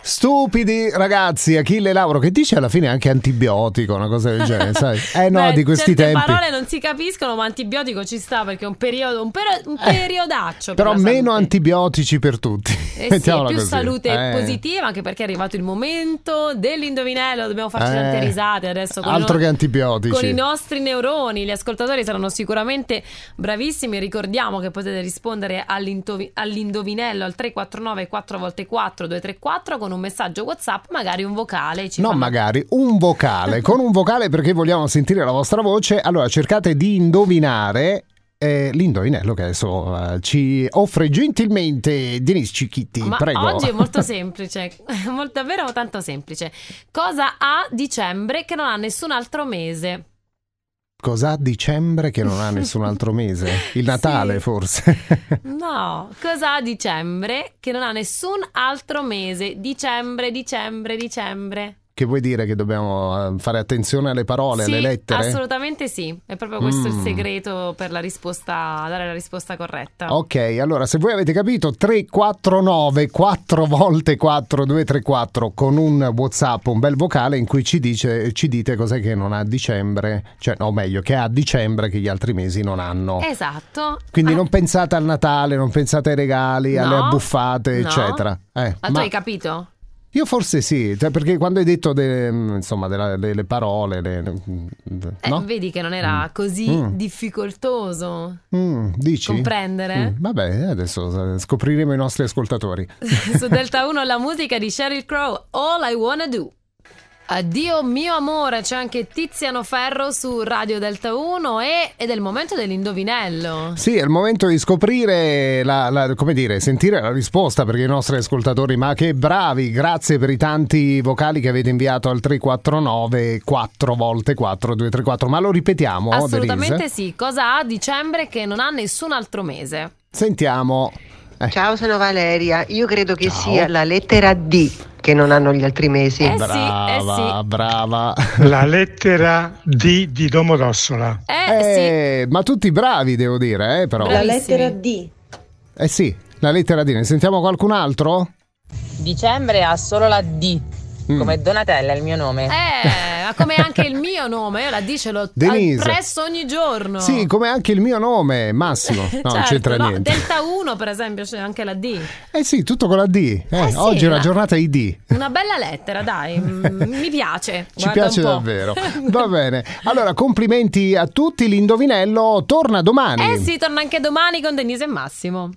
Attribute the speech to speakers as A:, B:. A: Stupidi ragazzi, Achille Lauro, che dice alla fine anche antibiotico, una cosa del genere, sai? Eh no,
B: Beh,
A: di questi
B: certe
A: tempi.
B: parole non si capiscono, ma antibiotico ci sta perché è un periodo, un, per- un periodaccio. per
A: Eh, Però
B: la
A: meno
B: salute.
A: antibiotici per tutti.
B: Eh sì,
A: Mettiamola
B: più
A: così.
B: salute
A: Eh.
B: positiva, anche perché è arrivato il momento dell'indovinello, dobbiamo farci
A: Eh.
B: tante risate adesso. Con i
A: Altro
B: no-
A: che antibiotici.
B: Con i nostri neuroni, gli ascoltatori saranno sicuramente bravissimi. Ricordiamo che potete rispondere all'intovi- all'indovinello al 349 4x4 234 con un messaggio WhatsApp, magari un vocale. Ci
A: No,
B: fanno-
A: magari un vocale. Con un vocale perché vogliamo sentire la vostra voce. Allora cercate di indovinare eh, l'indovinello che adesso eh, ci offre gentilmente Denis Cicchitti.
B: Ma
A: prego.
B: oggi è molto semplice, molto- davvero tanto semplice. Cosa ha dicembre che non ha nessun altro mese?
A: Cos'ha dicembre che non ha nessun altro mese? Il Natale
B: Sì.
A: forse.
B: No, cosa ha dicembre che non ha nessun altro mese? Dicembre, dicembre, dicembre.
A: che vuoi dire che dobbiamo eh, fare attenzione alle parole,
B: sì,
A: alle lettere?
B: assolutamente sì. È proprio questo
A: Mm.
B: il segreto per la risposta, dare la risposta corretta.
A: Ok, allora se voi avete capito 349 4 volte 4234 con un WhatsApp, un bel vocale in cui ci, dice, ci dite cos'è che non ha a dicembre, cioè no, meglio che ha a dicembre che gli altri mesi non hanno.
B: Esatto.
A: Quindi
B: Ah,
A: non pensate al Natale, non pensate ai regali, alle
B: No,
A: abbuffate,
B: no.
A: eccetera. Eh,
B: Ma, ah, tu
A: ma
B: hai capito?
A: io forse sì, cioè, perché quando hai detto de- insomma, della- delle parole, le-
B: Eh,
A: no?
B: Vedi che non era
A: Mm.
B: così
A: Mm.
B: difficoltoso
A: Mm, dici?
B: comprendere?
A: Mm, vabbè, adesso eh, scopriremo i nostri ascoltatori.
B: Su Delta 1 la musica di Sheryl Crow, All I Wanna Do. Addio mio amore, c'è anche Tiziano Ferro su Radio Delta 1 e, ed è il momento dell'indovinello.
A: Sì, è il momento di scoprire, la, la- come dire, sentire la risposta perché i nostri ascoltatori, ma che bravi, grazie per i tanti vocali che avete inviato al 349 4 volte 4234, ma lo ripetiamo, oh, Denise?
B: Assolutamente sì, cosa ha dicembre che non ha nessun altro mese?
A: Sentiamo. Eh,
C: Ciao, sono Valeria. Io credo che
A: Ciao.
C: sia la lettera D che non hanno gli altri mesi.
B: Eh sì, eh
A: brava,
B: sì.
A: brava.
D: La lettera D di Domodossola.
B: Eh,
A: Eh, Ma tutti bravi, devo dire, eh, però.
B: Bravi.
E: La
B: Bravissimi.
E: lettera D.
A: Eh sì, la lettera D, ne sentiamo qualcun altro?
F: Dicembre ha solo la D,
A: Mm.
F: come Donatella è il mio nome.
B: sì. Eh, ma come anche il mio nome, io la dice lo
A: Denise.
B: presso ogni giorno.
A: Sì, come anche il mio nome, Massimo. No, non
B: Certo,
A: c'entra
B: no,
A: niente.
B: Delta 1 per esempio c'è anche la D.
A: Eh sì, tutto con la D. Eh,
B: Eh sì,
A: oggi è una
B: ma-
A: giornata ID.
B: Una bella lettera, dai, mm, mi piace.
A: Ci
B: guarda
A: piace
B: un po'.
A: davvero. Va bene. Allora, complimenti a tutti. L'indovinello torna domani.
B: Eh sì, torna anche domani con Denise e Massimo.